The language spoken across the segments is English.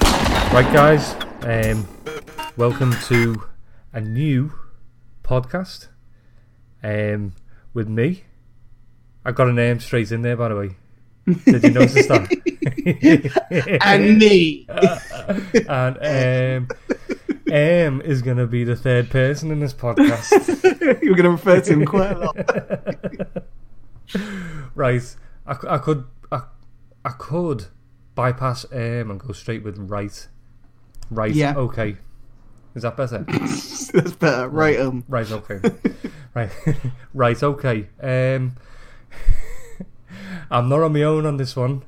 Right, guys, um, welcome to a new podcast um, with me. I got a name straight in there, by the way. Did you notice that? and me. and um, um is going to be the third person in this podcast. You're going to refer to him quite a lot. right, I, c- I could I, I could bypass um and go straight with right, right. Yeah. Okay, is that better? That's better. Right, um, Right, okay. right, right, okay. Um, I'm not on my own on this one.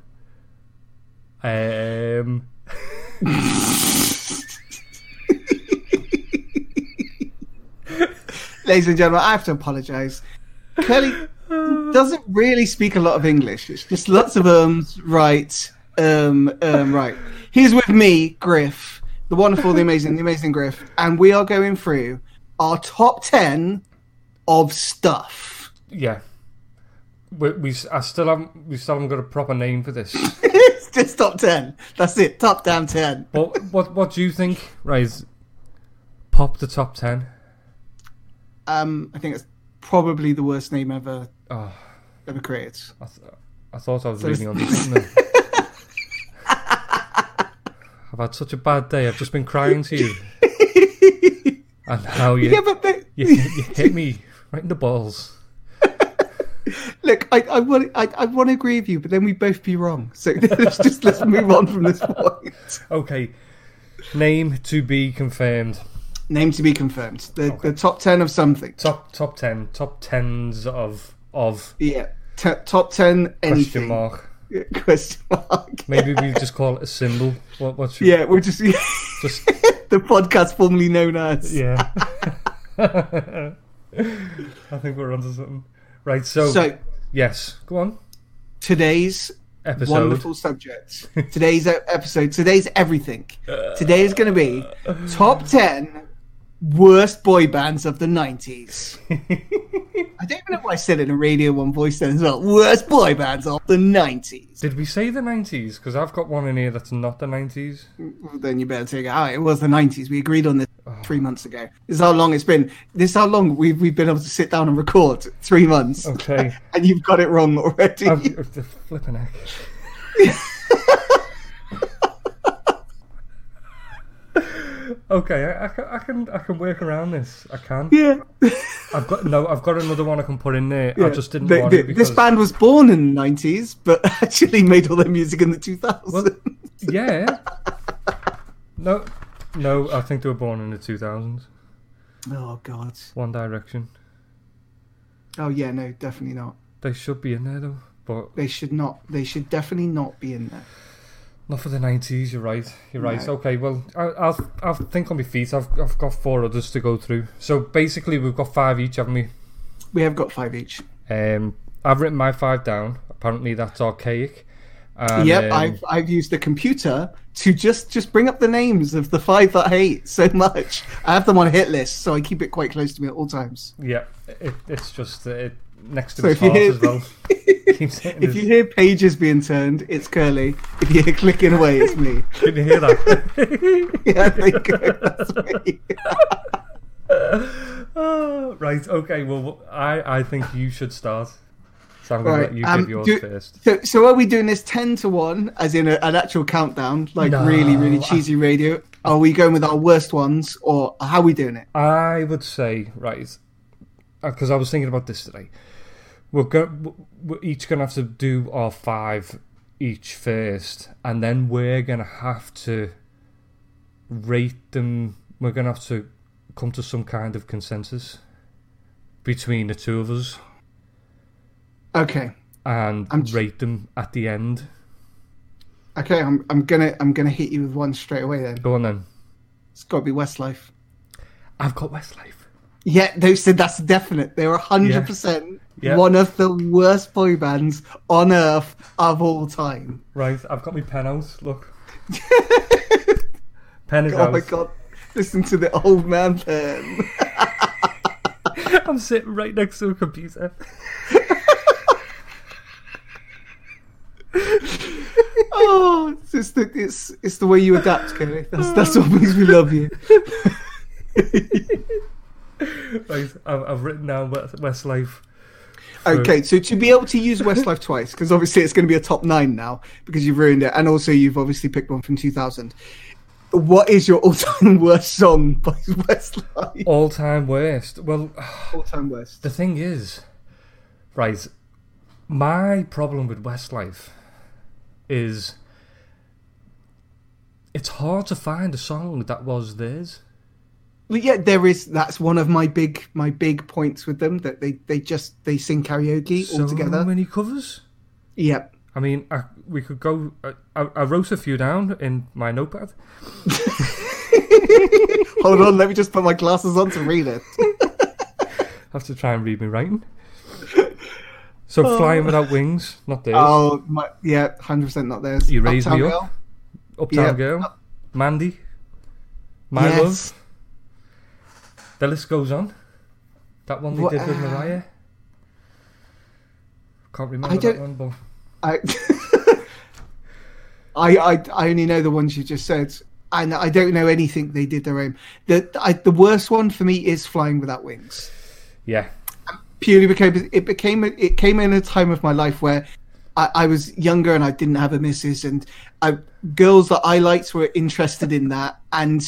Um, ladies and gentlemen, I have to apologise. Kelly doesn't really speak a lot of English. It's just lots of ums, right, um, um, right. He's with me, Griff, the wonderful, the amazing, the amazing Griff, and we are going through our top ten of stuff. yeah. We, we, s- I still haven't, we still haven't got a proper name for this. it's just top ten. That's it. Top down ten. What, what, what do you think? Right, pop the top ten. Um, I think it's probably the worst name ever Oh, ever created. I, th- I thought I was So reading on something. then. I've had such a bad day. I've just been crying to you, and now you, Yeah, but they, you, you hit me right in the balls. Look, I, I want I, I want to agree with you, but then we both be wrong. So let's just let's move on from this point. Okay, name to be confirmed. Name to be confirmed. The the top ten of something. Top top ten, top tens of of Yeah, T- top ten question anything. mark. Yeah, Question mark. Maybe we just call it a symbol. What what's your, Yeah, we're just the just podcast formerly known as. yeah. I think we're onto something. Right, so, So yes, go on. today's Episode. wonderful subject. Today's e- episode. Today's everything. Today is going to be top ten worst boy bands of the nineties. I don't even know why I said it in a Radio 1 voice then as well. Worst boy bands of the 90s. Did we say the nineties? Because I've got one in here that's not the nineties. Well, Then you better take it out. It was the 90s. We agreed on this Oh. three months ago. This is how long it's been. This is how long we've, we've been able to sit down and record. Three months. Okay. And you've got it wrong already. I'm, the flipping heck. okay, I, I, can- I can I can work around this. I can. yeah. I've got no. I've got another one I can put in there. I just didn't They- want they- it because This band was born in the 90s, but actually made all their music in the 2000s. yeah. No, no. I think they were born in the two thousands. oh, God. One Direction. Oh, yeah, no, definitely not. They should be in there though, but They should not. They should definitely not be in there. Not for the nineties. You're right. You're right. No. Okay. Well, I, I'll I'll think on my feet. I've I've got four others to go through. So basically, we've got five each, haven't we? We have got five each. Um, I've written my five down. Apparently, that's archaic. And, um, Yep, I've I've used the computer to just just bring up the names of the five that I hate so much. I have them on a hit list, so I keep it quite close to me at all times. yeah. It, it's just uh, it, next to So his if you heart hear- as well. Keeps hitting If his- you hear pages being turned, it's Curly. If you hear clicking away, it's me. Can you hear that? Yeah, there you go. That's me. Oh, right. Okay. Well, I I think you should start. So I'm gonna Right, let you um, give yours do- first. So, so are we doing this ten to one, as in a, an actual countdown, like No, really, really I- cheesy radio? Are we going with our worst ones, or how are we doing it? I would say, right, because I was thinking about this today. We're, go- we're each going to have to do our five each first, and then we're going to have to rate them. We're going to have to come to some kind of consensus between the two of us Okay, and I'm j- rate them at the end. okay, I'm I'm gonna I'm gonna hit you with one straight away. Then Go on then. it's got to be Westlife. I've got Westlife. Yeah, they said that's definite. They were hundred percent Yeah. one of the worst boy bands on earth of all time. Right, I've got my pen out. Look. pen is Oh out. my god! Listen to the old man pen. I'm sitting right next to a computer. oh, it's, it's the it's it's the way you adapt, Kelly. That's that's what makes me love you. Right, I've, I've written down West- Westlife. Okay, so to be able to use Westlife twice, because obviously it's going to be a top nine now because you've ruined it, and also you've obviously picked one from 2000. What is your all-time worst song by Westlife? All time worst. Well, All-time worst. the thing is, right, my problem with Westlife is it's hard to find a song that was theirs. But yeah, there is. That's one of my big my big points with them that they they just they sing karaoke all So together. many covers. Yep. I mean, I, we could go. I, I I wrote a few down in my notepad. Hold on, let me just put my glasses on to read it. have to try and read me writing. So, Flying Without Wings, not theirs. Oh, my, yeah, hundred percent not theirs. You raised me Uptown up. Girl? Uptown yeah. Girl, Mandy, My Yes. Love. The list goes on. That one they What- did with uh, Mariah. Can't remember I that don't- one, but I, I, I, I only know the ones you just said, and I don't know anything they did their own. The I, the worst one for me is Flying Without Wings, yeah, purely because it became it came in a time of my life where I, I was younger and I didn't have a missus, and I, girls that I liked were interested in that, and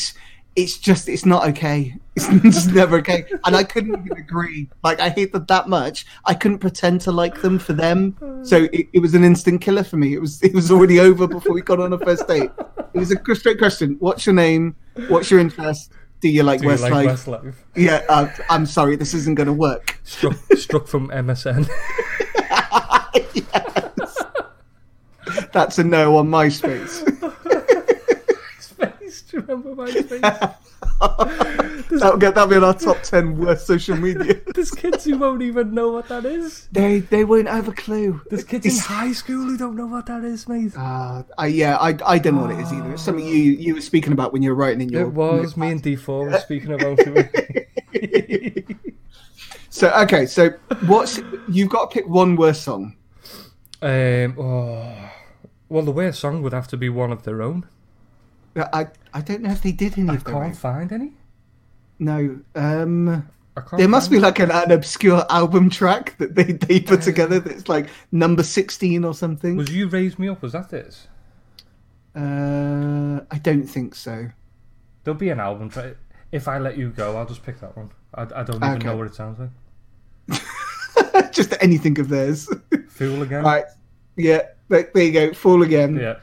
it's just it's not okay. It's just never okay, and I couldn't even agree. Like I hate them that much. I couldn't pretend to like them for them, so it, it was an instant killer for me. It was it was already over before we got on a first date. It was a cr- straight question: What's your name? What's your interest? Do you like do you Westlife? like Westlife? Yeah, uh, I'm sorry, this isn't going to work. Struck, struck from MSN. yes. That's a no on MySpace. Space, do you remember my space? that'll get that'll be on our top ten worst social media. There's kids who won't even know what that is. They they won't have a clue. There's kids in high school who don't know what that is, mate. Uh, I, yeah, I, I don't know what it is either. It's something you you were speaking about when you were writing in your. It was me and D4 were speaking about it. So okay, so what's you've got to pick one worst song. um, oh, well, the worst song would have to be one of their own. I I don't know if they did any I of their own. can't find any. No, um, I can't there must be find- like an, an obscure album track that they they put together that's like number sixteen or something. Was you raised me up? Was that this? Uh, I don't think so. There'll be an album. Try if I let you go, I'll just pick that one. I, I don't even Okay. know what it sounds like. Just anything of theirs. Fool again. right. Yeah. There, there you go. Fall again. Yeah.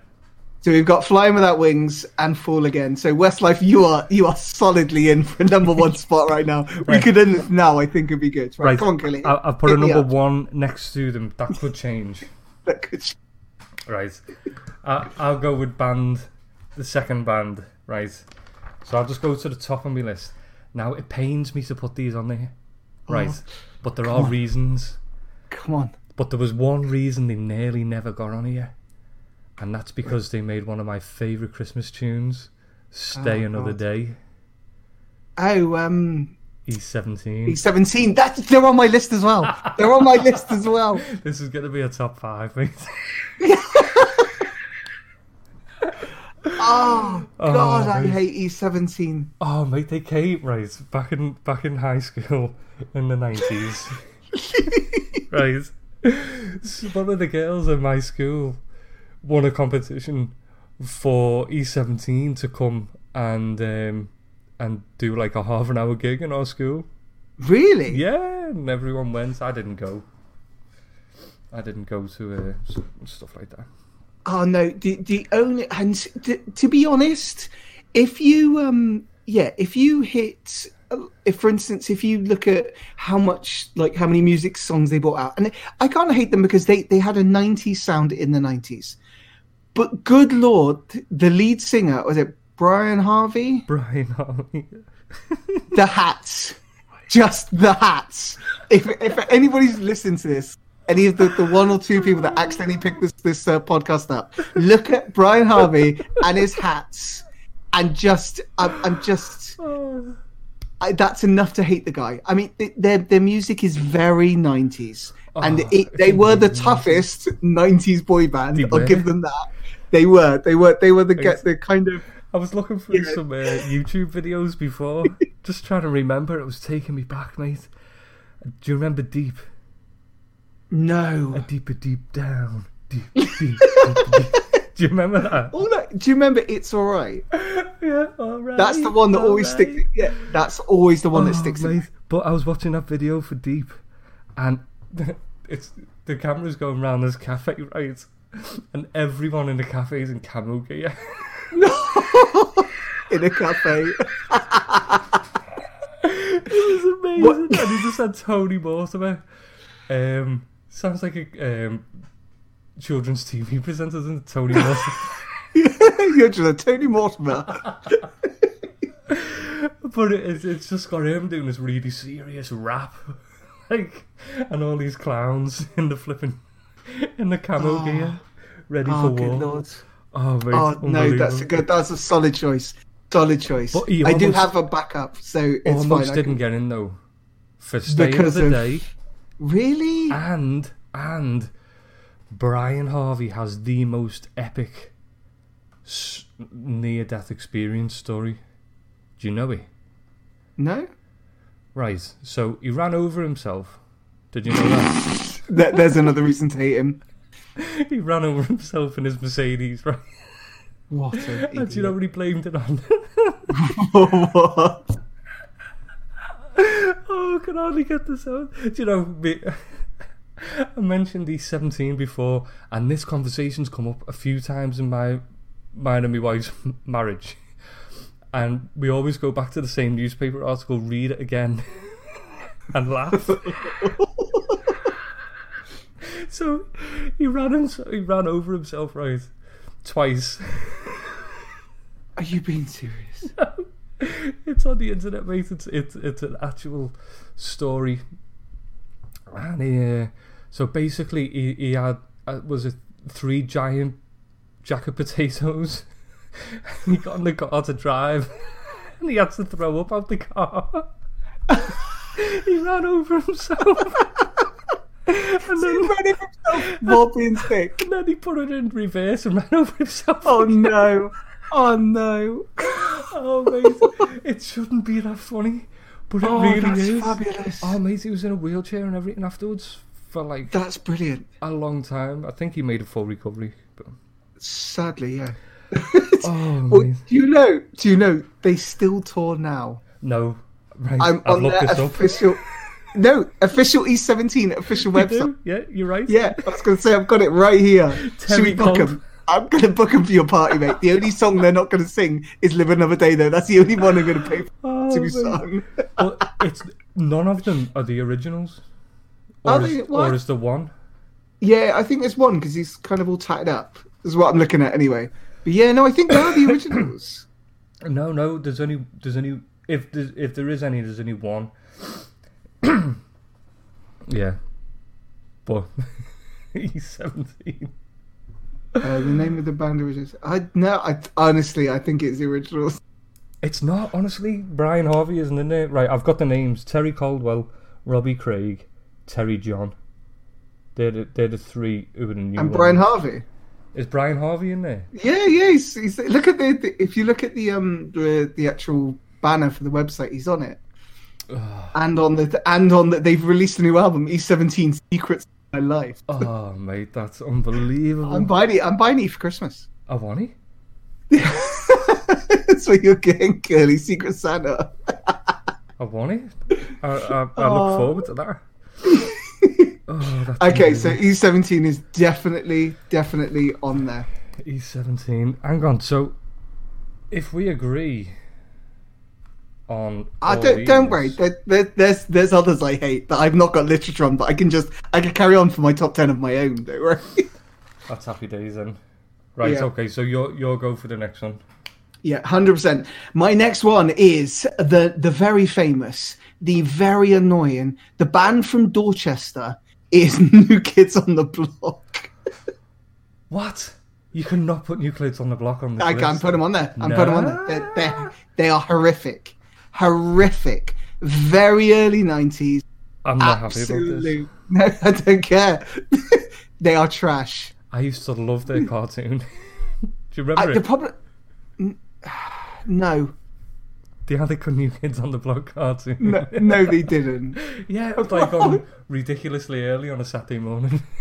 So we've got Flying Without Wings and Fall Again. So Westlife, you are you are solidly in for number one spot right now. We Right. could end this now. I think it'd be good. Right. Right. Come on, Kelly. I, I've put a Hit me number up. one next to them. That could change. That could- Right. I, I'll go with band, the second band. Right. So I'll just go to the top of my list. Now, it pains me to put these on there. Right. Oh, but there are reasons. come on. But there was one reason they nearly never got on here. And that's because they made one of my favourite Christmas tunes, Stay Oh, Another God. Day, Oh, um, E17. he's seventeen. That's they're on my list as well. They're on my list as well. This is going to be a top five, mate. Oh, God, I mate. hate E seventeen. Oh, mate, they came, right, back in, back in high school in the 90s. right. So One of the girls in my school won a competition for E17 to come and um, and do like a half an hour gig in our school. Really? Yeah, and everyone went. I didn't go. I didn't go to uh, s- stuff like that. Oh no, the the only and to, to be honest, if you um yeah, if you hit uh, if for instance if you look at how much like how many music songs they brought out and I kind of hate them because they they had a 90s sound in the 90s. But good lord, the lead singer was it Brian Harvey? Brian Harvey. The Hats. Just the Hats. If if anybody's listening to this any of the, the one or two people that accidentally picked this this uh, podcast up, look at Brian Harvey and his hats, and just I'm, I'm just Oh, I, that's enough to hate the guy. I mean, th- their their music is very '90s, and Oh, Ah, it, they it's were the amazing. toughest '90s boy band. They I'll were. give them that. They were. They were. They were the get the kind of. I was looking through Yeah. some uh, YouTube videos before, just trying to remember. It was taking me back, mate. Do you remember Deep? A No. deeper deep down. Deep, deep, deep, deep. Do you remember that? All that, Oh, do you remember? It's all right. Yeah, all right. Oh, That's the one that all always right. sticks. Yeah, that's always the one that Oh, sticks. in- mate, But I was watching that video for Deep, and it's the camera's going round this cafe, right? And everyone in the cafe is in camo gear. in a cafe. it was amazing. What- And he just had Tony Mortimer. Um, sounds like a um, children's TV presenter, doesn't it? Tony Mortimer. You're just a Tony Oh, Mortimer. but it, it's, it's just got him doing this really serious rap, like, and all these clowns in the flipping, in the camo Oh. gear, ready Oh, for good war. lord. Oh, mate, Oh no, that's a unbelievable. good. That's a solid choice. Solid choice. But he I do almost- have a backup, so it's Almost fine. I didn't can- get in though for stay of Because the of- day, Really? Ah. and and Brian Harvey has the most epic s- near-death experience story. Do you know it? No. Right. So he ran over himself. Did you know that? Th- There's another reason to hate him. he ran over himself in his Mercedes, right? What? An And do you know what he blamed it on? what? oh, I can hardly get this out. Do you know, me, I mentioned he's 17 before, and this conversation's come up a few times in my mine and my wife's marriage. And we always go back to the same newspaper article, read it again, and laugh. so he ran himself, he ran over himself, right? Twice. Are you being serious? it's on the internet, mate. It's it's, it's an actual story. And he, uh, so basically, he, he had uh, was it three giant jack of potatoes. he got in the car to drive, and he had to throw up out the car. he ran over himself. And then, More being sick. and then he put it in reverse and ran over himself. Oh no. Oh no. Oh, mate, it shouldn't be that funny, but it Oh, really that's is. fabulous. Oh, mate, he was in a wheelchair and everything afterwards for like That's brilliant. a long time. I think he made a full recovery. But... Sadly, yeah. Oh, Well, mate. do you know? Do you know they still tour now? no, right. I'm I've on looked their this up. official. no, official E17 official You website. do? Yeah, you're right. Yeah, I was gonna say I've got it right here. Terry Should we book Cole. them? I'm gonna book them for your party, mate. The only song they're not gonna sing is "Live Another Day," though. That's the only one I'm gonna pay for Oh, to be mate. sung. Well, it's none of them are the originals. Are Or, they? is, What? or is the one? Yeah, I think there's one because he's kind of all tatted up. Is what I'm looking at anyway. But yeah, no, I think they are the originals. No, no. There's only there's only if there's, if there is any there's only one. yeah, but he's seventeen. uh, the name of the band originals. I no, I honestly, I think it's the originals. It's not honestly. Brian Harvey isn't in it. Right, I've got the names: Terry Caldwell, Robbie Craig, Terry John. They're the, they're the three who were the new And ones. Brian Harvey. Is Brian Harvey in there? Yeah, yeah. He's, he's, look at the, the if you look at the um the, the actual banner for the website, he's on it. and on the and on the, they've released a new album, E17 Secrets of My Life. Oh mate, that's unbelievable. I'm buying it. I'm buying it for Christmas. I want it. That's what you're getting, Curly Secret Santa. I want it. I, I, I Oh. look forward to that. Oh, that's Okay, so E17 is definitely definitely on there. He's 17. Hang on. So, if we agree on. I all Ah, don't don't these- worry. There, there, there's there's others I hate that I've not got literature on, but I can just I can carry on for my top ten of my own. Don't worry. That's happy days then. Right, Yeah. okay. So, you're, you're go for the next one. Yeah, hundred percent. My next one is the the very famous, the very annoying. The band from Dorchester is New Kids on the Block. What? You cannot put nucleates on the block on this I can't list. put them on there. I'm putting them on there. They're, they're, they are horrific, horrific. Very early nineties. I'm not happy about this. Absolute. No, I don't care. they are trash. I used to love their cartoon. Do you I, remember the it? problem. No, The other Good New Kids on the Block cartoon. no, no, they didn't. Yeah, it was like on ridiculously early on a Saturday morning.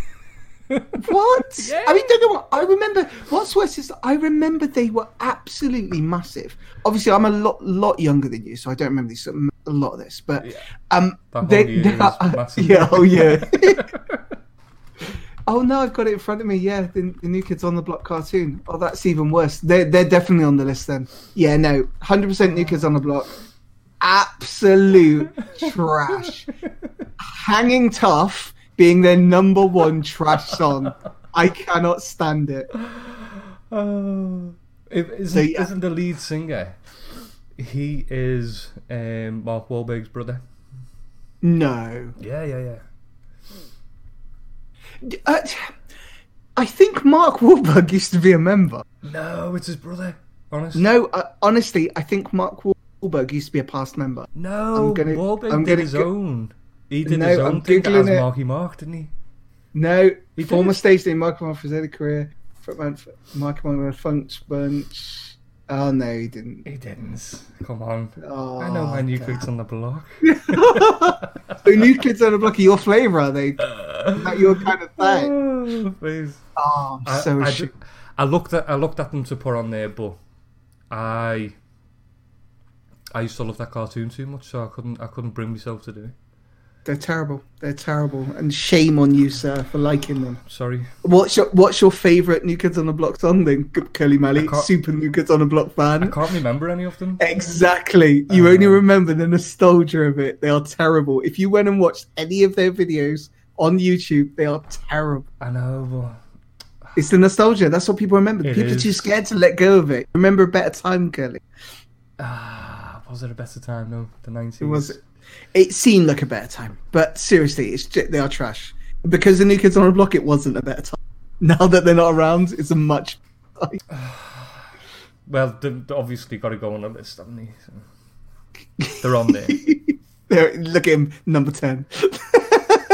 What? Yeah. I mean, don't get me wrong, I remember. What's worse is I remember they were absolutely massive. Obviously, I'm a lot lot younger than you, so I don't remember this, a lot of this. But Yeah. um, That they, whole year they- was massive. yeah, oh yeah. oh no, I've got it in front of me. Yeah, the, the new kids on the block cartoon. Oh, that's even worse. They're they're definitely on the list then. Yeah, no, hundred percent new kids on the block. Absolute trash. Hanging Tough being their number one trash song. I cannot stand it. Oh, If- isn't, So, yeah. isn't the lead singer? He is um, Mark Wahlberg's brother. No. Yeah, yeah, yeah. Uh, I think Mark Wahlberg used to be a member. No, it's his brother. Honestly, no. No, uh, honestly, I think Mark Wahlberg used to be a past member. I'm gonna- Wahlberg I'm did gonna his go- own. He did No, his I'm own thing Googling as it. Marky Mark, didn't he? No, He former did? stage name Michael Manfred's career, frontman for Michael Manfred Funk's Bunch. Oh no, he didn't. He didn't. Come on. Oh, I know my new damn. kids on the block. The Oh. new kids on the block are your flavour, are they? Not your kind of thing. Oh, please. Oh, I'm I, so I, ashamed. ju- I looked at I looked at them to put on there, but I I used to love that cartoon too much, so I couldn't I couldn't bring myself to do it. They're terrible. They're terrible. And shame on you, sir, for liking them. Sorry, What's your What's your favourite New Kids on the Block song then, C- Curly Mally? I can't- Super New Kids on the Block I fan. can't remember any of them. Exactly. You only Uh. remember the nostalgia of it. They are terrible. If you went and watched any of their videos on YouTube, they are terrible. I know, It's the nostalgia. That's what people remember. It people are too is. scared to let go of it. Remember a better time, Curly. but ah, was it a better time though? The nineties. It was. It seemed like a better time, but seriously, it's ju- they are trash. Because the new kids on the block, it wasn't a better time. Now that they're not around, it's a much. Well, they they obviously got to go on a list, haven't they? So. They're on there. there, look at him, number ten.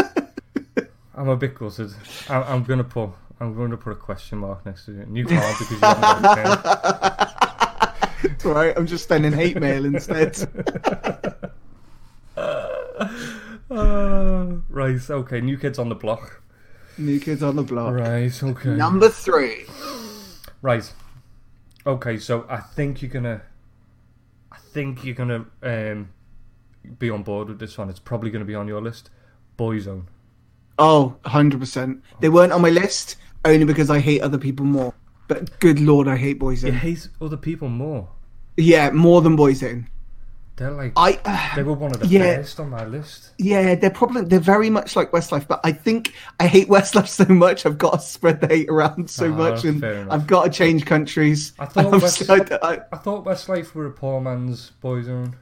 I'm a bit gutted. I, I'm gonna put I'm gonna put a question mark next to it, and you can't because you haven't got a pen. it's all right. I'm just sending hate mail instead. Uh, right, okay, new kids on the block. new kids on the block, Right, okay. number three. right. Okay, so I think you're gonna I think you're gonna um be on board with this one. It's probably gonna be on your list. Boyzone. Oh, 100%. They weren't on my list only because I hate other people more. But good lord, I hate It Boyzone. hates other people more. Yeah, more than Boyzone. They're like I uh, they were one of the Yeah. best on my list. yeah, they're probably they're very much like Westlife, but I think I hate Westlife so much. I've got to spread the hate around so Ah, much, and fair enough. I've got to change countries. I thought And I'm West- so- I, I thought Westlife were a poor man's Boyzone.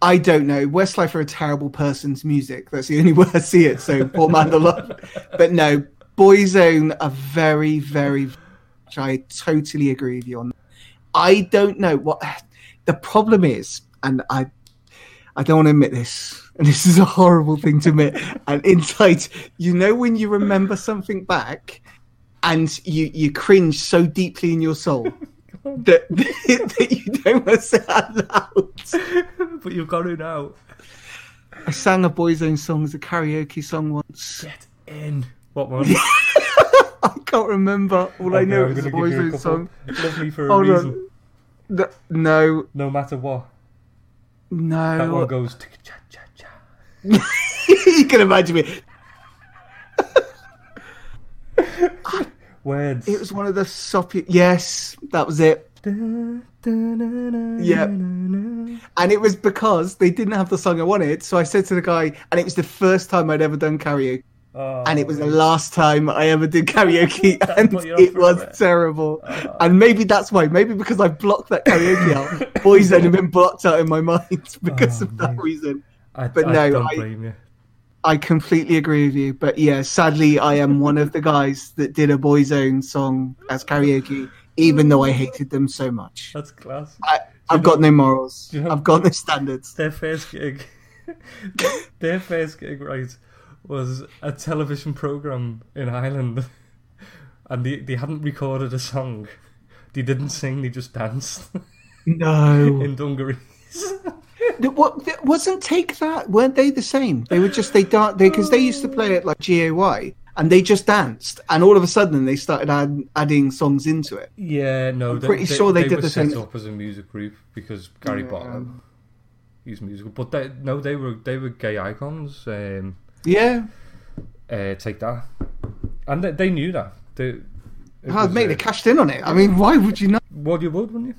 I don't know. Westlife are a terrible person's music. That's the only way I see it. So poor man the lot. But no, Boyzone are very, very. Which I totally agree with you on. I don't know what the problem is, and I, I don't want to admit this, and this is a horrible thing to admit. and insight, you know, when you remember something back, and you you cringe so deeply in your soul. That, that you don't want to say out loud. but you've got to now. I sang a Boyzone song as a karaoke song once. Get in. What one? I can't remember. All I Okay, know I'm is a gonna give you a Boyzone song. couple. Love me for a Hold reason. on. No, no, No matter what. That one no. goes. "Tick-a-cha-cha-cha." you can imagine me. Words. It was one of the soppy. Yes, that was it. Yeah. And it was because they didn't have the song I wanted. So I said to the guy, and it was the first time I'd ever done karaoke. And it was the last time I ever did karaoke. And what you're Uh. it for, was isn't it? terrible. And maybe that's why. Maybe because I blocked that karaoke out. Boyzone have been blocked out in my mind because Oh, of that mate. reason. I, but Oh, I no, don't I- blame you. I completely agree with you, but yeah, sadly, I am one of the guys that did a Boyzone song as karaoke, even though I hated them so much. That's class. I, I've got no morals. do you know- I've got no standards. Their first gig. their first gig, right, was a television program in Ireland, and they they hadn't recorded a song. They didn't sing, they just danced No. in dungarees. What th- wasn't Take That? Weren't they the same? They were just they danced because they used to play it like GAY and they just danced and all of a sudden they started add, adding songs into it. Yeah, no, I'm pretty sure they did were the set same- up as a music group because Gary Yeah. Barton, he's musical, but they no, they were they were gay icons. Um, Yeah. uh, take that, and they, they knew that. They, it Oh, was, mate, uh, they cashed in on it. I mean, why would you not? Well, you would, wouldn't you?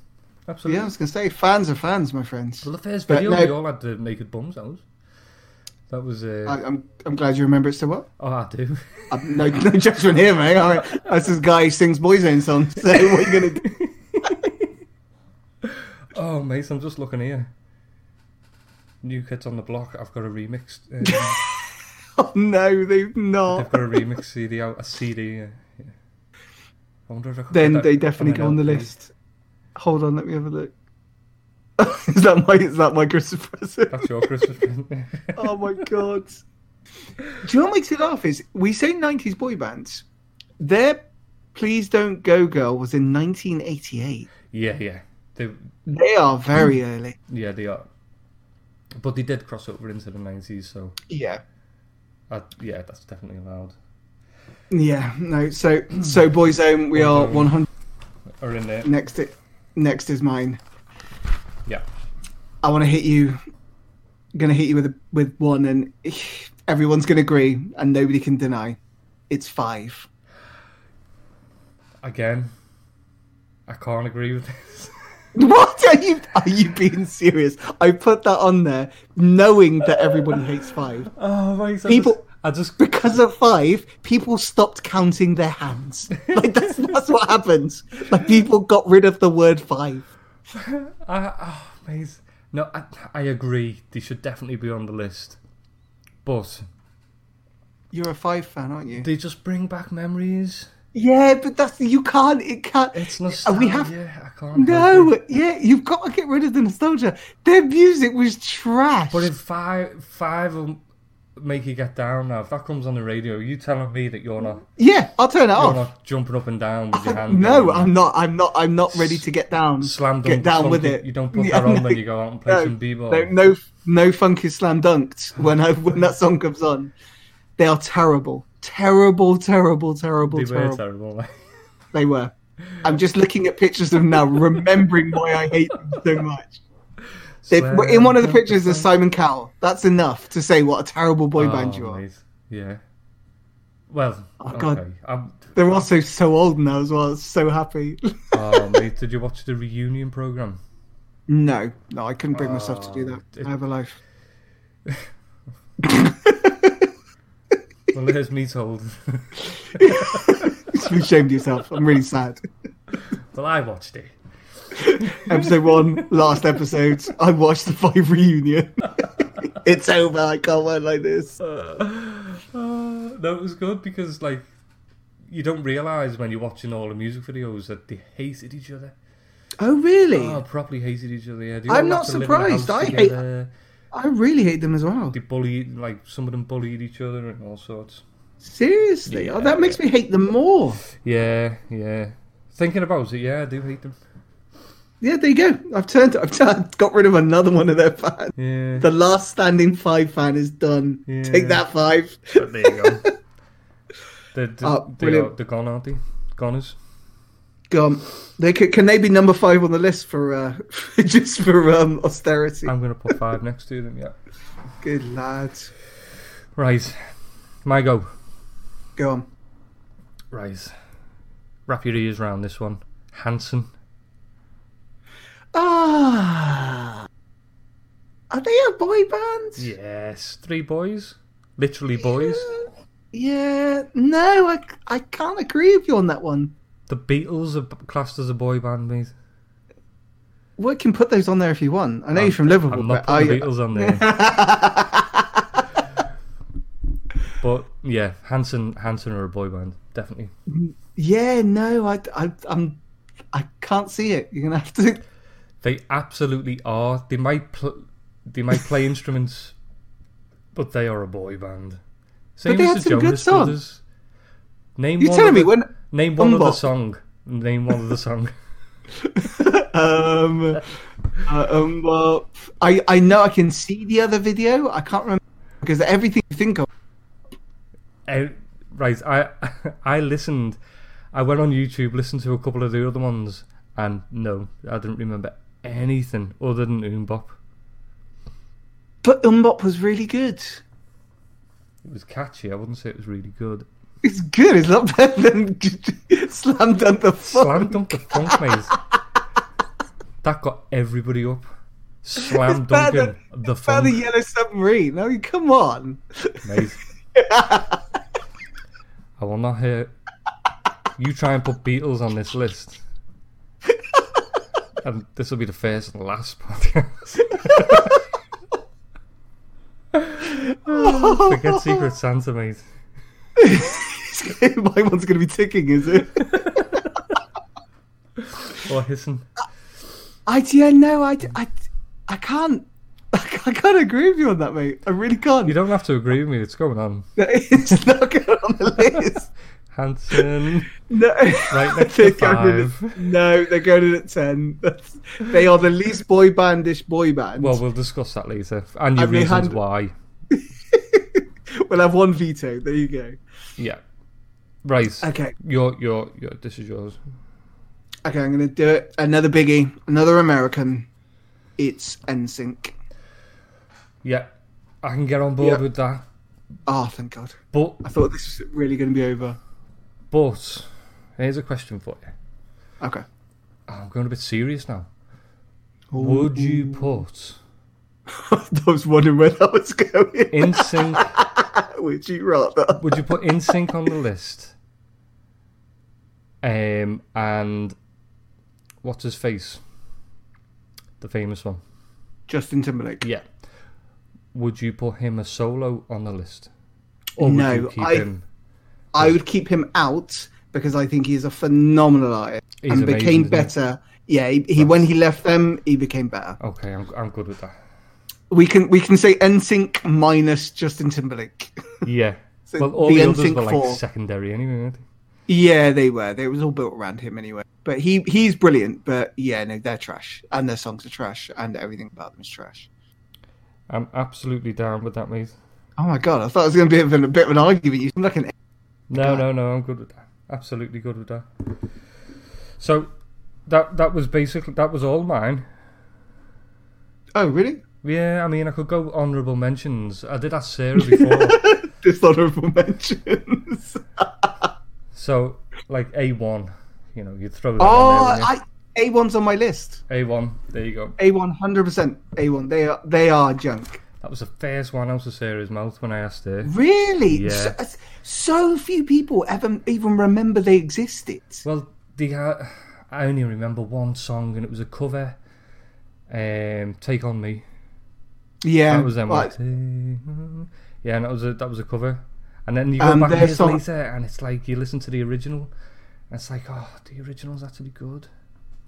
Absolutely. Yeah, I was gonna say fans are fans, my friends. Well, the first But video no- we all had the naked bums out. That was. Uh, I, I'm I'm glad you remember it so well. oh, I do. i no, no judgment here, mate. I, that's this guy who sings boyzone songs. So what are you gonna do? oh, mate, I'm just looking here. New Kids on the Block. I've got a remix. Uh, Oh, no, they've I've not. got a er remix CD out. A CD. Uh, yeah. I wonder if I could get Then that they on definitely an go on the LP. list. Hold on, let me have a look. is that my is that my Christmas present? That's your Christmas present. oh my god. Do you know what makes it laugh is we say nineties boy bands. Their Please Don't Go Girl was in nineteen eighty eight. yeah, yeah. They, They are very early. yeah, they are. But they did cross over into the 90s, so Yeah. I, yeah, that's definitely allowed. Yeah, no, so so Boyzone, we are Boyzone. one hundred Or in there. next it next is mine. Yeah. I wanna hit you gonna hit you with a, with one and everyone's gonna agree and nobody can deny. It's five. Again, I can't agree with this. What are you? Are you being serious? I put that on there knowing that everybody hates five. Oh, right. so People- I just. Because of five, people stopped counting their hands. Like that's that's what happens. Like people got rid of the word five. I, oh, mate. No, I, I agree. They should definitely be on the list. But You're a five fan, aren't you? they just bring back memories. Yeah, but that's you can't. It can't. It's And nostalgia. we have- I can't. help it. No, yeah, you've got to get rid of the nostalgia. Their music was trash. But if five five will make you get down now, if that comes on the radio, you telling me that you're not yeah, I'll turn it you're off. not jumping up and down with your hand? No, going, I'm not. I'm not. I'm not ready to get down. slam Get dunk down with something. it. You don't put Yeah, that on no. when you go out and play No, some b-ball. No, no, no funk is slam dunked when I, when that song comes on. They are terrible, terrible, terrible, terrible, they terrible. were terrible. like. They were. I'm just looking at pictures of them now, remembering why I hate them so much. They- Slam in one of the dunk, pictures slam is Simon Cowell. That's enough to say what a terrible boy band you are. Oh, mate, Yeah. Well, Oh, okay. God. I'm, They're also so old now as well. So happy. oh, mate, did you watch the reunion program? no, no, I couldn't bring myself to do Oh, that. it- I have a life. Well, there's me told. you shamed yourself. I'm really sad. well, I watched it. episode one, last episode. I watched the five reunion. it's over. I can't wait like this. Uh, no, it was good because like you don't realize when you're watching all the music videos that they hated each other. Oh really? Oh, properly hated each other. Yeah, they I'm all not had to live in a surprised. house I hate- together. I really hate them as well. They bullied like some of them bullied each other and all sorts. Seriously, oh, that makes me hate them more. Yeah, yeah. Thinking about it, yeah, I do hate them. Yeah, there you go. I've turned. I've turned, got rid of another one of their fans. Yeah. The last standing five fan is done. Yeah. Take that five. there you go. they're, they're, Oh, they are, brilliant. they're gone, aren't they? Goners. Gone. They can, can they be number five on the list for uh, just for um, austerity? I'm going to put five next to them, yeah. Good lads. Right. My go. Go on. Right. Wrap your ears round this one. Hanson. Ah, are they a boy band? Yes. Three boys. Literally boys. Yeah, no, I, I can't agree with you on that one. The Beatles are b- classed as a boy band, mate. We can put those on there if you want. I know I'm- you're from Liverpool, I'm but not I, putting the Beatles on there. but yeah, Hanson Hanson are a boy band, definitely. yeah, no, I, I, I'm, I can't see it. You're gonna have to. They absolutely are. They might pl- they might play instruments, but they are a boy band. Same they as had the some good Jonas songs. Brothers. Name You're one telling me other- when Name one other Umbop. song. Name one other song. um, uh, um, well, I I know I can see the other video. I can't remember because everything you think of. Uh, right, I I listened. I went on YouTube, listened to a couple of the other ones, and no, I didn't remember anything other than Oombop. But Umbop was really good. It was catchy. I wouldn't say it was really good. It's good. It's not better than Slam Dunk the Funk. Slam Dunk the Funk, mate. that got everybody up. Slam It's better Dunking than- the About the Funk, Yellow Submarine. I mean, come on. mate. I will not hear. You try and put Beatles on this list. And this will be the first and last podcast. Forget Secret Santa, mate. My one's going to be ticking, is it? Or hissing. I yeah no I, I, I can't I can't agree with you on that mate I really can't You don't have to agree with me. It's going on. it's not good on the list Hanson. no Right next They're to going in at- five. no they're going in at ten That's, they are the least boy bandish boy band Well, well, we'll discuss that later. And your And they reasons hand- why. we'll have one veto there you go Yeah. Right. okay Your, your, your, this is yours. okay I'm gonna do it another biggie another American it's NSYNC Yeah. I can get on board Yeah. with that. oh thank god But, I thought this was really gonna be over but, here's a question for you. okay I'm going a bit serious now. Would you put I was wondering where that was going in sync? would you rather would you put in sync on the list? Um, and what's his face? The famous one. Justin Timberlake Yeah. Would you put him a solo on the list? Or would No, you keep I- him? I would keep him out because I think he's a phenomenal artist He's and amazing, became isn't he? better. Yeah, he, he when he left them, he became better. Okay, I'm, I'm good with that. We can we can say NSYNC minus Justin Timberlake. Yeah. So well, all the the, others NSYNC were like four. secondary anyway, weren't they? yeah, they were. They was all built around him anyway. But he he's brilliant. But yeah, no, they're trash and their songs are trash and everything about them is trash. I'm absolutely down with that, mate. Oh my god, I thought it was going to be a bit, a bit of an argument. You seem like an No, no, no. I'm good with that. Absolutely good with that. So that that was basically that was all mine. oh really Yeah, I mean, I could go honourable mentions. I did ask Sarah before, dishonorable mentions. Oh, so like A one, you know, you throw that Oh, in there. I A one's on my list. A one, there you go. A one hundred percent. A one. They are they are junk. That was the first one out of Sarah's mouth when I asked her. Really? Yeah. So, so few people ever even remember they existed. Well, the uh, I only remember one song, and it was a cover. Um, take on me. Yeah. Um, That was them. like, Like, "Take- yeah, and that was a that was a cover. And then you go Um, back their years song- later, and it's like you listen to the original, and it's like, oh, the original's actually good.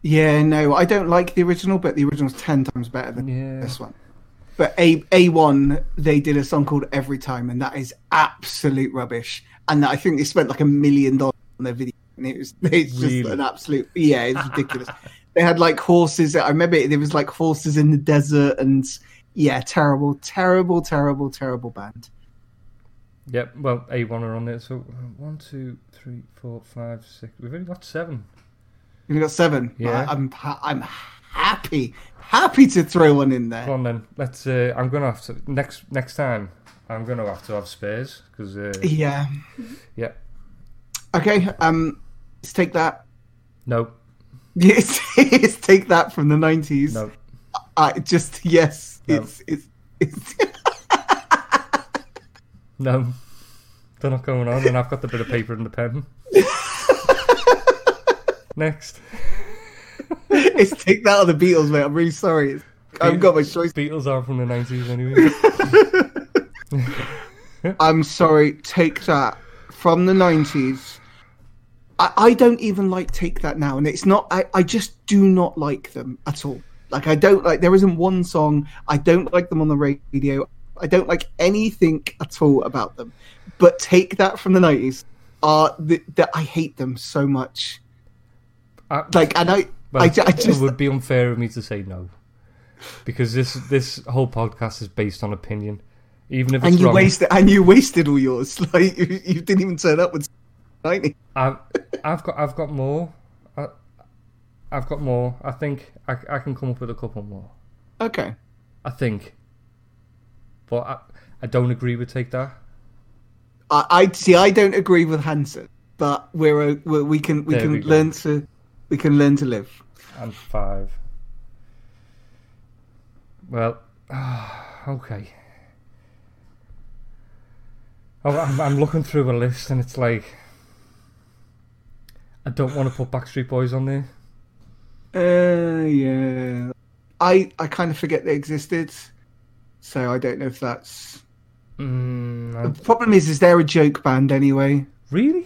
yeah. No, I don't like the original, but the original's ten times better than Yeah. this one. But A A one, they did a song called Every Time, and that is absolute rubbish. And I think they spent like a million dollars on their video, and it was it's just Really? an absolute yeah, it's ridiculous. they had like horses. I remember it, there was like horses in the desert, and yeah, terrible, terrible, terrible, terrible band. Yep. Well, A one are on there. So one, two, three, four, five, six. We've only got seven. You have got seven. Yeah. I, am ha- I'm happy, happy to throw one in there. Come on then. Let's. Uh, I'm gonna have to next next time. I'm gonna have to have spares because. Uh, Yeah. yeah. Okay. Um, let's take that. No. Yes, let's take that from the nineties. No. I just yes, No. it's it's it's. No. They're not going on, and I've got the bit of paper and the pen. Next. It's take that on the Beatles, mate. I'm really sorry. It's, I've got my choice. Beatles are from the 90s anyway. I'm sorry. Take that from the nineties. I, I don't even like take that now, and it's not. I, I just do not like them at all. Like I don't like. There isn't one song I don't like them on the radio. I don't like anything at all about them. But take that from the nineties. Are that I hate them so much. I, Like and I Well, I ju- I Uh, it just- would be unfair of me to say no, because this this whole podcast is based on opinion, even if it's and you wrong. wasted and you wasted all yours. Like you, you didn't even turn up with ninety. I've, I've got I've got more. I, I've got more. I think I, I can come up with a couple more. Okay. I think, but I, I don't agree with take that. I, I see. I don't agree with Hansen, but we're, o- we we can we There can we go. learn to we can learn to live. and five. Well, okay. Oh, I'm, I'm looking through a list and it's like I don't want to put Backstreet Boys on there. Uh, yeah. I I kind of forget they existed, so I don't know if that's. Mm, The I- problem is, is they're a joke band anyway. really?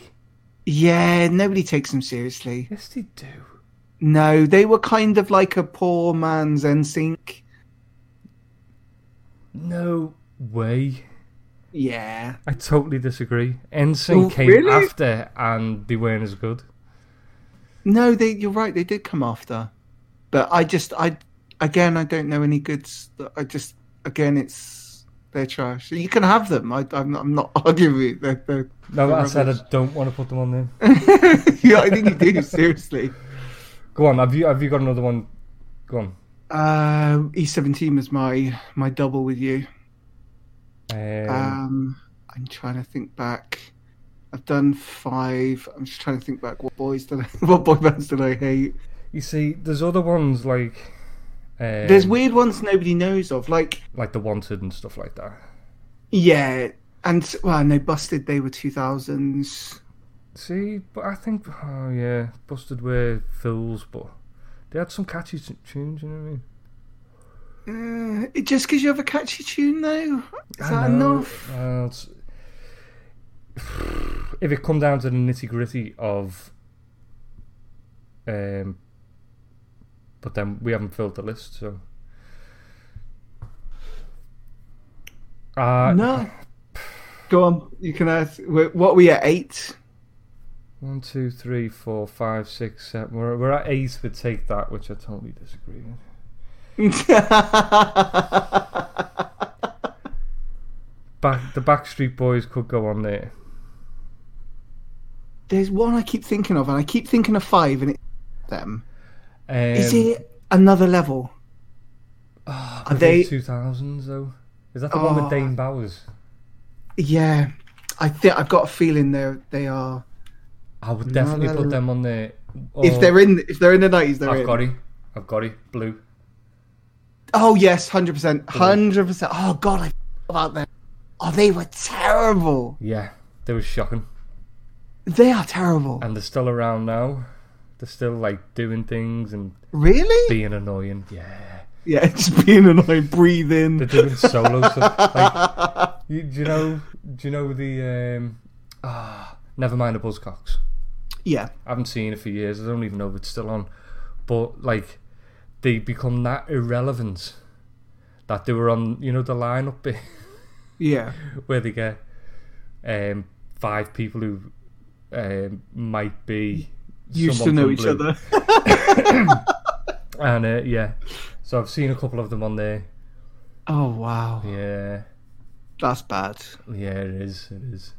Yeah, nobody takes them seriously. Yes, they do. No, they were kind of like a poor man's NSYNC. No way. Yeah. I totally disagree. Ensign Oh, came really? after and they weren't as good. No, they. You're right. They did come after, but I just, I again, I don't know any goods. that- I just, again, it's they're trash. You can have them. I, I'm, not, I'm not arguing. with you. They're, they're, No, they're I said I rubbish. don't want to put them on there. yeah, I think you do. Seriously. Go on, have you have you got another one? Go on. Um, E17 was my my double with you. Um, Um, I'm trying to think back. I've done five. I'm just trying to think back. What boys did I, what boy bands did I hate? You see, there's other ones like um, There's weird ones nobody knows of. Like like the Wanted and stuff like that. yeah, and well, no, Busted. They were 2000s. See, but I think oh yeah, Busted were fools, but they had some catchy t- tunes. You know what I mean? Uh, it- just because you have a catchy tune, though, is I that know, enough? uh, it's- if it come down to the nitty gritty of, um, but then we haven't filled the list, so. Uh, no. Go on. You can ask. What were we at eight? One, two, three, four, five, six, seven. We're, we're at eight with Take That, which I totally disagree with. Back, the Backstreet Boys could go on there. There's one I keep thinking of, and I keep thinking of five, and it's them. Um, Is it another level? oh, are they- 2000s, though? Is that the one with Oh. Dane Bowers? Yeah, I think I've got a feeling they are they are. I would definitely no, put no. them on there. If they're in, if they're in the nineties, they're Oh. I've in. got it. I've got it. Blue. Oh yes, hundred percent, hundred percent. Oh god, I forgot about them. Oh, they were terrible. Yeah, they were shocking. They are terrible. And they're still around now. They're still, like, doing things and Really? being annoying. Yeah. Yeah, just being annoying. Breathe in. They're doing solo stuff. Like, you, do you know? Do you know the? Um, ah, never mind the Buzzcocks. yeah, I haven't seen it for years. I don't even know if it's still on. But like, they become that irrelevant that they were on. You know the lineup bit yeah. where they get um, five people who um, might be Used someone to know from each Blue. other. And uh, yeah, so I've seen a couple of them on there. Oh wow, Yeah, that's bad. yeah, it is. It is.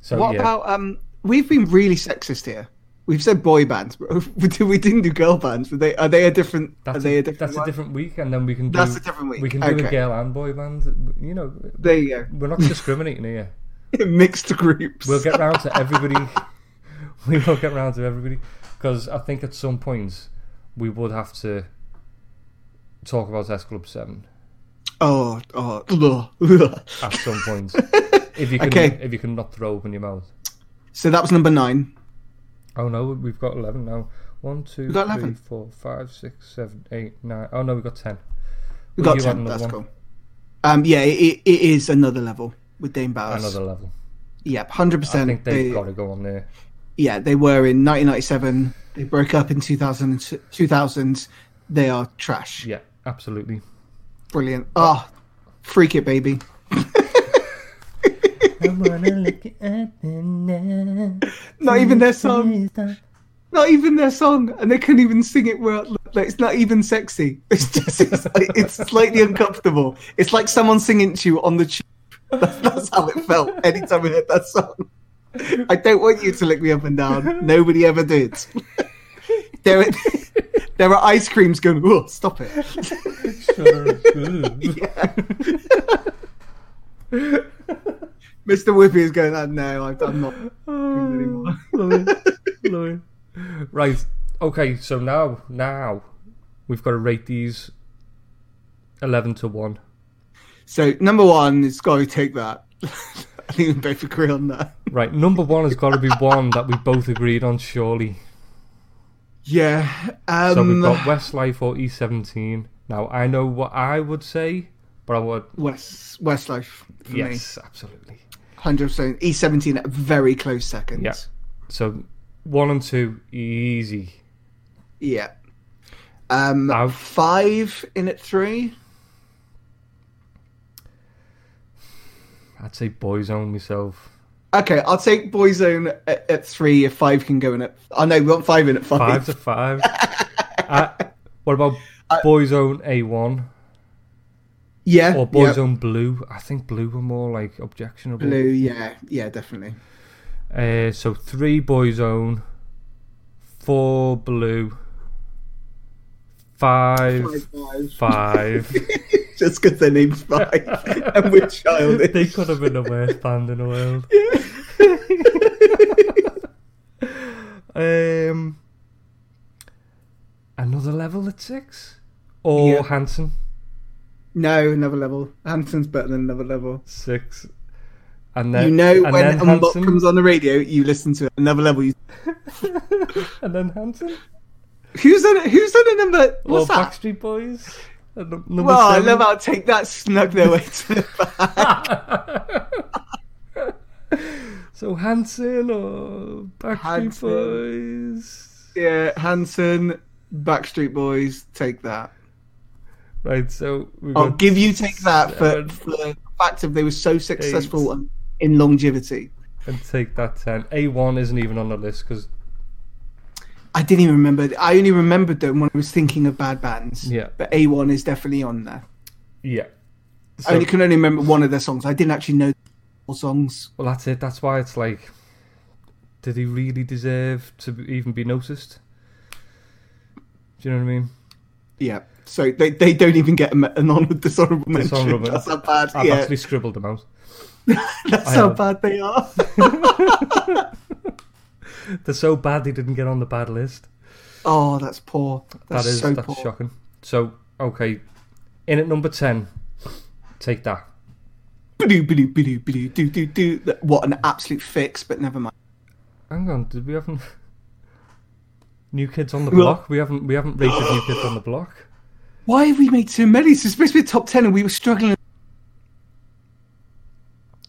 So What Oh, yeah. about um? We've been really sexist here. We've said boy bands, bro. We did- we didn't do girl bands. But they are they a different? That's, are they a, a different? that's a one? different week, and then we can do. That's a different week. We can do Okay. a girl and boy band. You know, There you we're not discriminating here. go. Mixed groups. We'll get round to everybody. we will get round to everybody because I think at some point we would have to talk about S Club Seven Oh, oh, ugh, ugh. at some point. if you can, Okay. if you can not throw open your mouth. so that was number nine. Oh no, we've got eleven now. One, two, We've got three, 11. four, five, six, seven, eight, nine. Oh no, we've got ten. We Well, got you had ten. another That's one. cool. Um, yeah, it, it is another level with Dame Bowers. Another level. Yep, hundred I percent. think they've got to go on there. yeah, they were in 1997. They broke up in 2000. and t- 2000. They are trash. Yeah, absolutely. Brilliant. Ah, freak it, baby. I wanna look it up and now. Not even their song. not even their song, and they couldn't even sing it well. Like, it's not even sexy. It's just it's, like, it's slightly uncomfortable. It's like someone singing to you on the tube. That's, that's how it felt anytime I heard that song. I don't want you to lick me up and down. Nobody ever did. there, are, there are ice creams going. Oh, stop it! Yeah. Mr. Whippy is going. Oh, no, I, I'm not. Oh, love it. Love it. Right. Okay. So now, now we've got to rate these eleven to one. So number one, it's got to take that. I think we both agree on that. Right. Number one has got to be one that we both agreed on, surely. Yeah. Um, So we've got Westlife or E17. Now I know what I would say, but I would West Westlife for me, yes, absolutely. hundred percent. E seventeen, a very close second. Yeah. So one and two, easy. Yeah. Um, Now- five in at three. I'd say Boyzone myself. Okay, I'll take Boyzone at, at three. If five can go in at, oh no, we want five in at Five five. to five. Uh, what about Uh, Boyzone A1 yeah, or yeah. Boyzone Blue? I think Blue were more like objectionable. Blue, yeah, yeah, definitely. Uh, so three Boyzone, four Blue, five, five. Just because their name's five and we're childish. they could have been the worst band in the world. Um, another level at six, or Yeah. Hanson no, another level. Hampton's better than another level. six, and then you know and when then Unbox Hanson, comes on the radio, you listen to it. another level. You, and then Hanson who's on? Who's on a number? or What's that? Backstreet Boys. and num- number Well, I seven. love how take that snug their way to the back. so Hanson or Backstreet Hanson. Boys. yeah, Hanson, Backstreet Boys, take that. Right, so we've I'll got give you take that for, seven. for the fact of they were so successful and in longevity. and take that 10. A1 isn't even on the list because, I didn't even remember. I only remembered them when I was thinking of bad bands. Yeah. But A1 is definitely on there. yeah. I So- only can only remember one of their songs. I didn't actually know all songs. well, that's it. That's why it's like, did he really deserve to be- even be noticed? Do you know what I mean? Yeah. So they, they don't even get a, an honor, dishonorable mention. Dishonorable. Ah, That's how bad. I've yeah. actually scribbled them out. That's I how have. bad they are. They're so bad they didn't get on the bad list. oh, that's poor. That's that is so that's poor. shocking. So okay, in at number ten, take that. Bidoo, bidoo, bidoo, bidoo, doo, doo, doo. That- What an absolute fix, but never mind. Hang on, did we haven't New Kids on the Well- Block? We haven't we haven't rated New Kids on the Block. Why have we made so many? This is supposed to be a top 10 and we were struggling.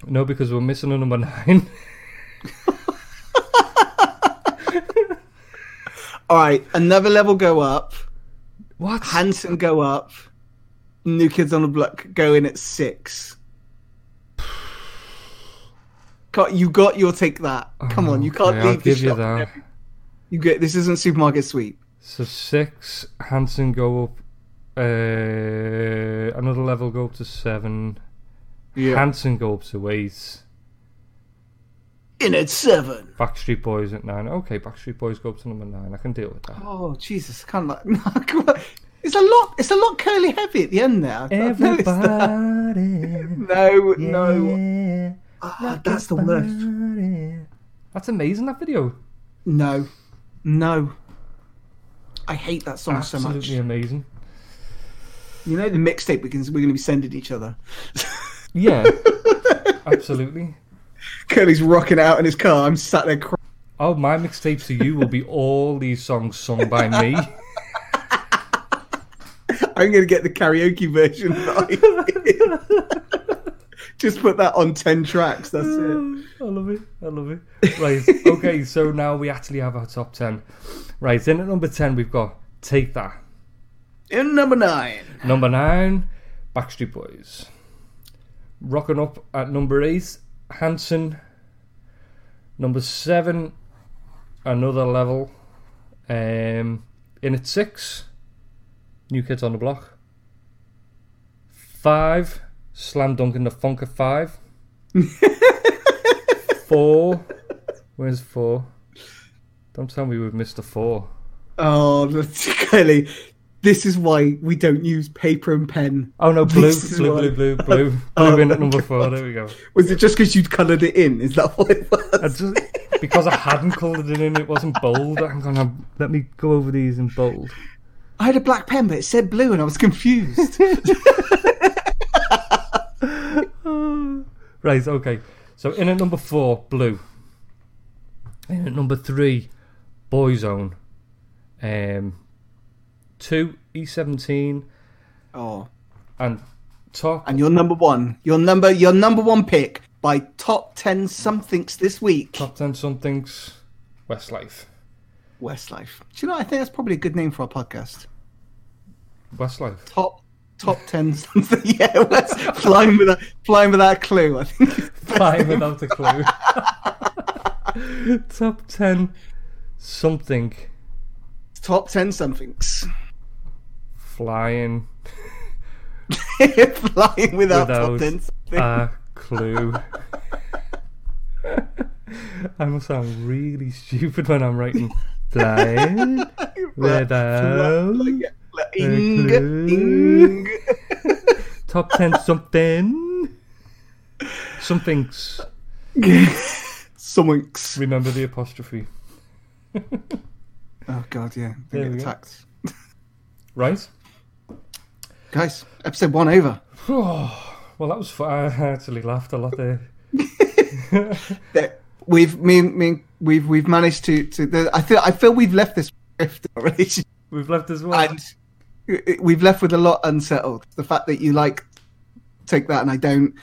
No, because we're missing a number nine. All right, another level go up. what? Hanson go up. New Kids on the Block go in at six. God, you got your take that. Come on, you can't Oh, Okay, leave I'll the give you shop. that. You get this isn't supermarket sweep. So six, Hanson go up. Uh, another level go up to seven. Hanson go up to eight. in at seven. Backstreet Boys at nine. Okay, Backstreet Boys go up to number nine. I can deal with that. Oh Jesus, I can't like. No, come on. It's a lot. It's a lot curly heavy at the end there. I've noticed that. Everybody. No, no. yeah, Ah, that's the worst. everybody. That's amazing. That video. No, no. I hate that song Absolutely so much. amazing. You know the mixtape we can, we're going to be sending each other. Yeah. absolutely. Curly's rocking out in his car. I'm sat there crying. Oh, my mixtape to you will be all these songs sung by me. I'm going to get the karaoke version. that I did. Just put that on ten tracks. That's it. I love it. I love it. Right. Okay. So now we actually have our top ten. Right. Then at number ten we've got Take That. In number nine. Number nine, Backstreet Boys. Rocking up at number eight, Hanson. Number seven, another level. Um, in at six, New Kids on the Block. Five, Slam Dunk in the Funk at five. four, where's four? Don't tell me we've missed a four. Oh, that's- Kelly, this is why we don't use paper and pen. Oh no, blue, This is blue, why- blue, blue, blue, blue Oh, in at my number four. God. There we go. Was it just because you'd coloured it in? Is that what it was? I just, because I hadn't coloured it in, it wasn't bold. I'm gonna let me go over these in bold. I had a black pen, but it said blue, and I was confused. Right, okay. So in at number four, Blue. In at number three, Boyzone. Um, two, E17. oh, And top, and your number one, your number, your number one pick by top ten somethings this week. top 10 somethings, Westlife. Westlife. Do you know? I think that's probably a good name for our podcast. Westlife. Top, top ten something. Yeah, West, flying without flying without clue. I think. is the best Five name. without a clue. top 10 something, Top ten somethings. flying flying without, top without ten somethings. a clue. I must sound really stupid when I'm writing flying without Ing, clue. ing. top ten something. Somethings. Sominks. Remember the apostrophe. Oh god, yeah. There They we get go. attacked. Right? Guys, episode one over. Well, that was fun. I actually laughed a lot there. That- We've me, me we've we've managed to to. The, I feel I feel we've left this rift in our relationship We've left as well. and it- it- we've left with a lot unsettled. The fact that you like take that and I don't.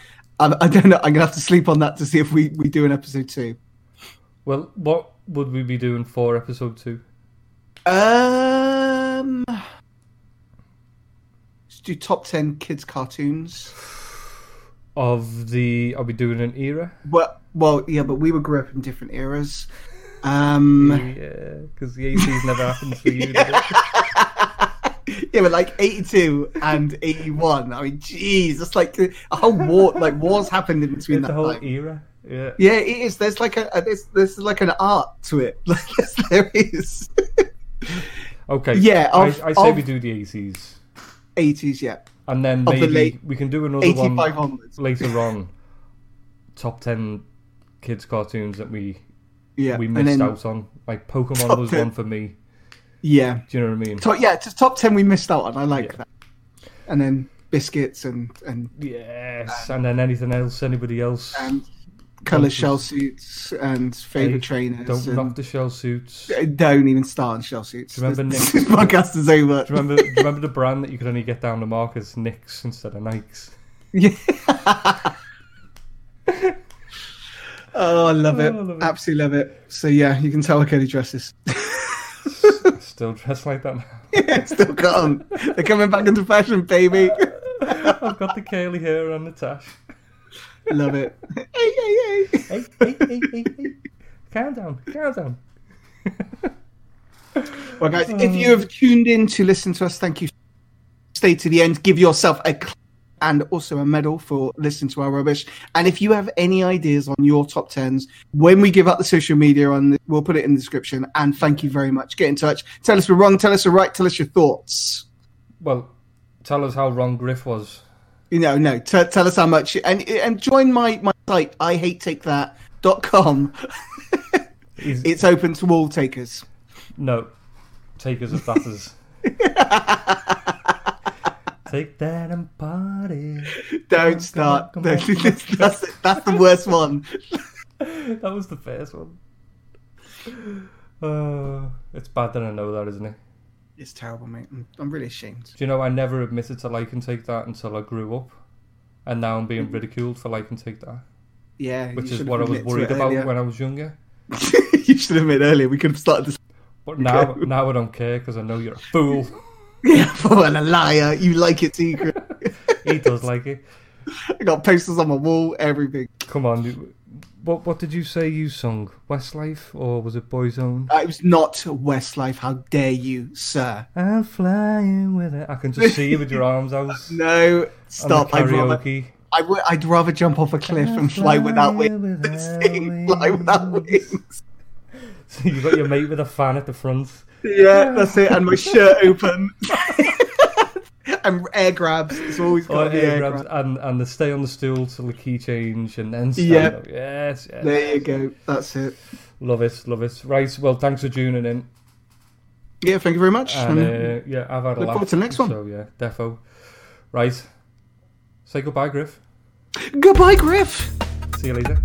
I, I don't know. I'm gonna have to sleep on that to see if we we do an episode two. Well, what would we be doing for episode two? Um, let's do top ten kids cartoons. Of the. Are we doing an era? Well, well, yeah, but we were grew up in different eras. Um, Yeah, because the 80s never happened to you. did it? yeah, but like eighty-two and eighty-one. I mean, jeez, that's like a whole war. Like wars happened in between the that whole e- time. era. Yeah. yeah, it is. There's like a, a there's, there's like an art to it. Like yes, there is. Okay. Yeah, I, of- I say of- we do the eighties, Eighties, yeah. and then Of the maybe late- we can do another one Eighty-five onwards. later on. Top ten kids cartoons that we Yeah, we and missed then- out on. Like Pokemon Top was 10. one for me. Yeah, Do you know what I mean? top, yeah, just top ten we missed out on. I like Yeah. that. And then biscuits and and Yes, and then anything else, anybody else? and color Monkeys. shell suits and favorite Hey, trainers. Don't and... knock the shell suits. Do you don't even start on shell suits. Do you remember this, Nick? this podcast is over. remember? do you remember the brand that you could only get down the mark as Nix instead of Nikes? Yeah. oh, I love it. Oh, I love it. Absolutely love it. So yeah, you can tell I Kelly dresses. I still dress like that. now. Still can't. They're coming back into fashion, baby. I've got the curly hair and the tash. love it. Hey, hey, hey. hey, hey, hey, hey, hey. Calm down, calm down. Well, guys, if Hmm. you have tuned in to listen to us, thank you. Stay to the end. Give yourself a clap and also a medal for listening to our rubbish. And if you have any ideas on your top tens, when we give out the social media, on the, we'll put it in the description. And thank you very much. Get in touch. Tell us we're wrong. Tell us we're right. Tell us your thoughts. Well, tell us how wrong Griff was. You know, no. T- tell us how much. And and join my my site. I hate take that. Dot com. He's, It's open to all takers. no, take us as that as. take that and party. Don't start. come on, come on. that's, that's, that's the worst one. That was the first one. Uh, it's bad that I know that, isn't it? It's terrible, mate. I'm, I'm really ashamed. Do you know I never admitted to like and take that until I grew up, and now I'm being ridiculed for like and take that, Yeah, which Mm. you is should what I have was admitted to worried it about earlier. when I was younger. you should have made earlier. We could have started this. But now, now I don't care because I know you're a fool. Yeah, for a liar. You like it secret. he does like it. I got posters on my wall. Everything. Come on, you- what what did you say you sung? Westlife or was it Boyzone? Uh, it was not Westlife. How dare you, sir? I'm flying with it. I can just see you with your arms out. on No, stop. the I'd rather, karaoke. I would, I'd rather jump off a cliff and fly without wings. than Sing, fly without wings. So you've got your mate with a fan at the front. Yeah, that's it. And my shirt open. and air grabs. It's always Or got to be air grabs grabs. and, and the stay on the stool till the key change and then stand Yeah. up. Yes, yes. There you go. That's it. Love it, love it. Right, well, thanks for tuning in. Yeah, thank you very much. Um, And And uh, yeah, I've had a Hmm. Look laugh. forward to the next one. So yeah, defo. Right. Say goodbye, Griff. goodbye, Griff. See you later.